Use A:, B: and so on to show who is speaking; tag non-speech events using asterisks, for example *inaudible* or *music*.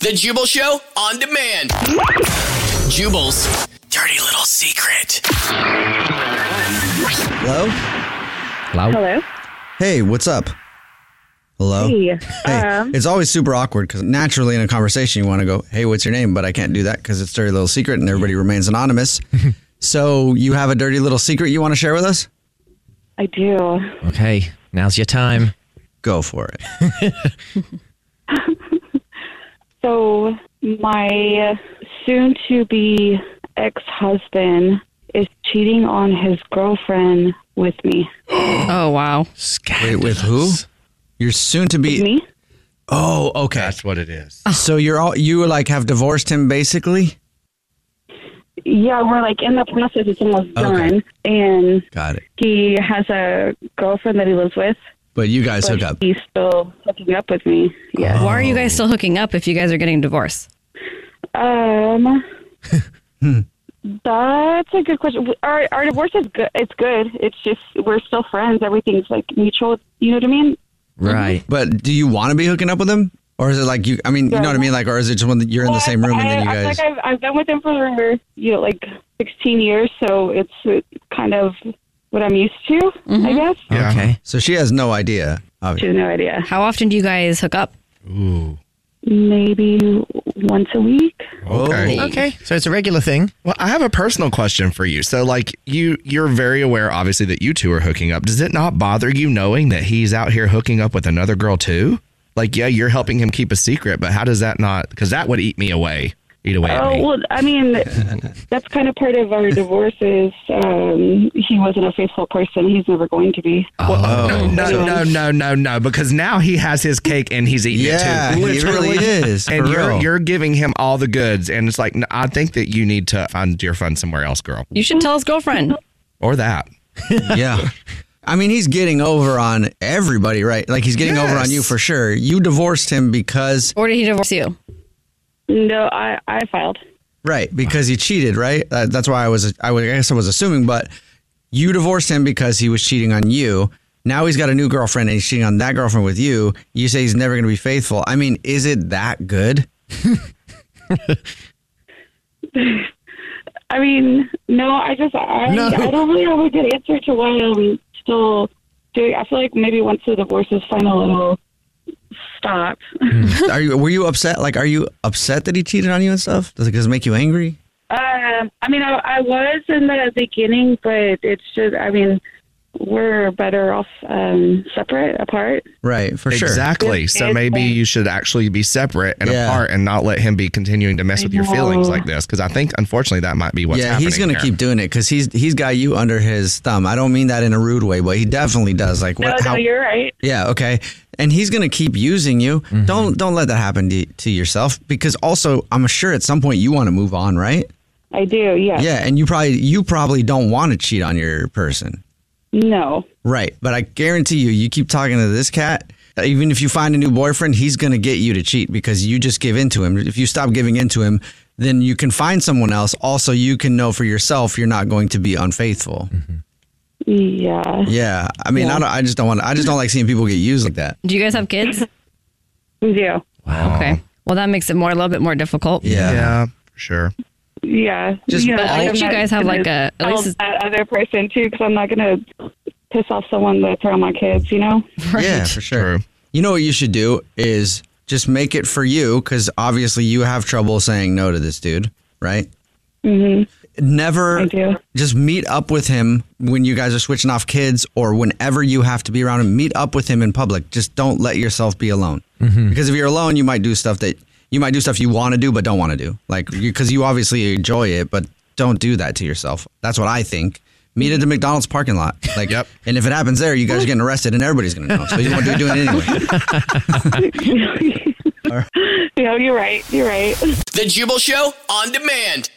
A: The Jubal Show on demand. Jubal's dirty little secret.
B: Hello?
C: Hello.
D: Hello.
B: Hey, what's up? Hello?
D: Hey.
B: Oh, Hey,
D: Um,
B: it's always super awkward because naturally in a conversation you want to go, hey, what's your name? But I can't do that because it's dirty little secret and everybody
D: *laughs*
B: remains anonymous. so you have a dirty little secret you want to share with us?
D: I do.
C: Okay, now's your time.
B: Go for it.
D: So my soon-to-be ex-husband is cheating on his girlfriend with me.
E: Oh wow.
B: Wait, with who? You're soon to be.
D: Me? Oh.
B: Oh, okay.
F: That's what it is.
B: So you're all you like have divorced him basically.
D: Yeah, we're like in the process. It's almost
B: Okay.
D: done, and
B: Got it.
D: he has a girlfriend that he lives with.
B: But you guys
D: but
B: hook up.
D: He's still hooking up with me. Yeah.
E: Why are you guys still hooking up if you guys are getting divorced?
B: *laughs*
D: Um.
B: Hmm.
D: That's a good question. Our our divorce is good. It's good. It's just we're still friends. Everything's like mutual. You know what I mean?
C: Right.
B: But do you want to be hooking up with him, or is it like you? I mean, you know what I mean? Like, or is it just when you're in the
D: Well,
B: same room and then you
D: I, I,
B: guys?
D: Like I've, I've been with him for you know like 16 years, so it's uh, kind of what I'm used to, I guess.
F: Yeah.
C: Okay.
B: So she has no idea. Obviously.
D: She has no idea.
E: How often do you guys hook up?
F: Ooh.
D: Maybe once a week.
F: Okay.
C: Okay. So it's a regular thing.
F: Well, I have a personal question for you. So, like, you you're very aware, obviously, that you two are hooking up. Does it not bother you knowing that he's out here hooking up with another girl too? Like, yeah, you're helping him keep a secret, but how does that not? Because that would eat me away, eat away at
D: Oh
F: me.
D: well, I
B: *laughs*
D: mean, that's kind of part of our divorce. Is um, he wasn't a faithful person. He's never going to be.
B: Oh.
D: Oh,
F: No, no, no, no, no, no. Because now he has his cake and he's eating
B: Yeah,
F: it too.
B: he really is.
F: And
B: for
F: you're
B: real.
F: you're giving him all the goods, and it's like no, I think that you need to find your fun somewhere else, girl,
E: You should tell his girlfriend.
F: or that.
B: yeah. I mean, he's getting over on everybody, right? Like he's getting over on
F: Yes.
B: you for sure. You divorced him because
E: Or did he divorce you?
D: No, I I filed.
B: right because he cheated, right? That, that's why I was I was I guess I was assuming, but you divorced him because he was cheating on you. Now he's got a new girlfriend and he's cheating on that girlfriend with you. You say he's never going to be faithful. I mean, is it that
F: *laughs*
B: good?
D: I mean, no, I just I,
C: No.
D: I don't really have a good answer to why I'm still doing. I feel like maybe once the divorce is final, it'll stop.
B: Are you were you upset? Like, are you upset that he cheated on you and stuff? Does it, does it make you angry?
D: Um, I mean, I, I was in the beginning, but it's just, I mean, we're better off um, separate, apart.
B: Right, for sure.
F: Exactly. So
D: It's
F: maybe
D: like-
F: you should actually be separate and
B: Yeah.
F: apart and not let him be continuing to mess with your feelings
D: know.
F: like this. Because I think, unfortunately, that might be what's
B: yeah,
F: happening.
B: he's gonna
F: here.
B: keep doing it because he's he's got you under his thumb. I don't mean that in a rude way, but he definitely does. Like
D: No,
B: what?
D: no,
B: how,
D: you're right.
B: yeah, okay. And he's gonna keep using you.
F: Mm-hmm.
B: Don't don't let that happen to, to yourself because also I'm sure at some point you want to move on, right?
D: I do, yeah.
B: Yeah, and you probably you probably don't want to cheat on your person,
D: No.
B: right? But I guarantee you, you keep talking to this cat. uh, Even if you find a new boyfriend, he's gonna get you to cheat because you just give in to him. If you stop giving in to him, then you can find someone else. Also, you can know for yourself you're not going to be unfaithful.
D: Yeah.
B: Yeah, I mean, I, don't, I just don't want. I just don't like seeing people get used like that.
E: Do you guys have kids?
D: We do.
E: Wow. Okay. Well, that makes it more a little bit more difficult.
B: Yeah.
F: Yeah, for sure.
D: Yeah.
B: Just-
D: you know, like,
B: But
E: I think
D: I'm
E: you
D: not
E: guys have,
D: gonna
E: like, a- at
D: tell
E: least-
D: that other person, too, because I'm not going to piss off someone that's around my kids, you know?
E: Right.
B: yeah, for sure.
F: True.
B: You know what you should do is just make it for you because obviously you have trouble saying no to this dude, right? Mm-hmm. Never
D: I do.
B: just meet up with him when you guys are switching off kids or whenever you have to be around him. Meet up with him in public. Just don't let yourself be alone because if you're alone, you might do stuff that you might do stuff you want to do but don't want to do, like because you obviously enjoy it, but don't do that to yourself. That's what I think. Meet at the McDonald's parking lot, like,
F: Yep.
B: and if it happens there, you guys are getting arrested, and everybody's gonna know. So you won't be doing it anyway.
D: *laughs* you know, you're right. You're right.
A: The Jubal Show on demand.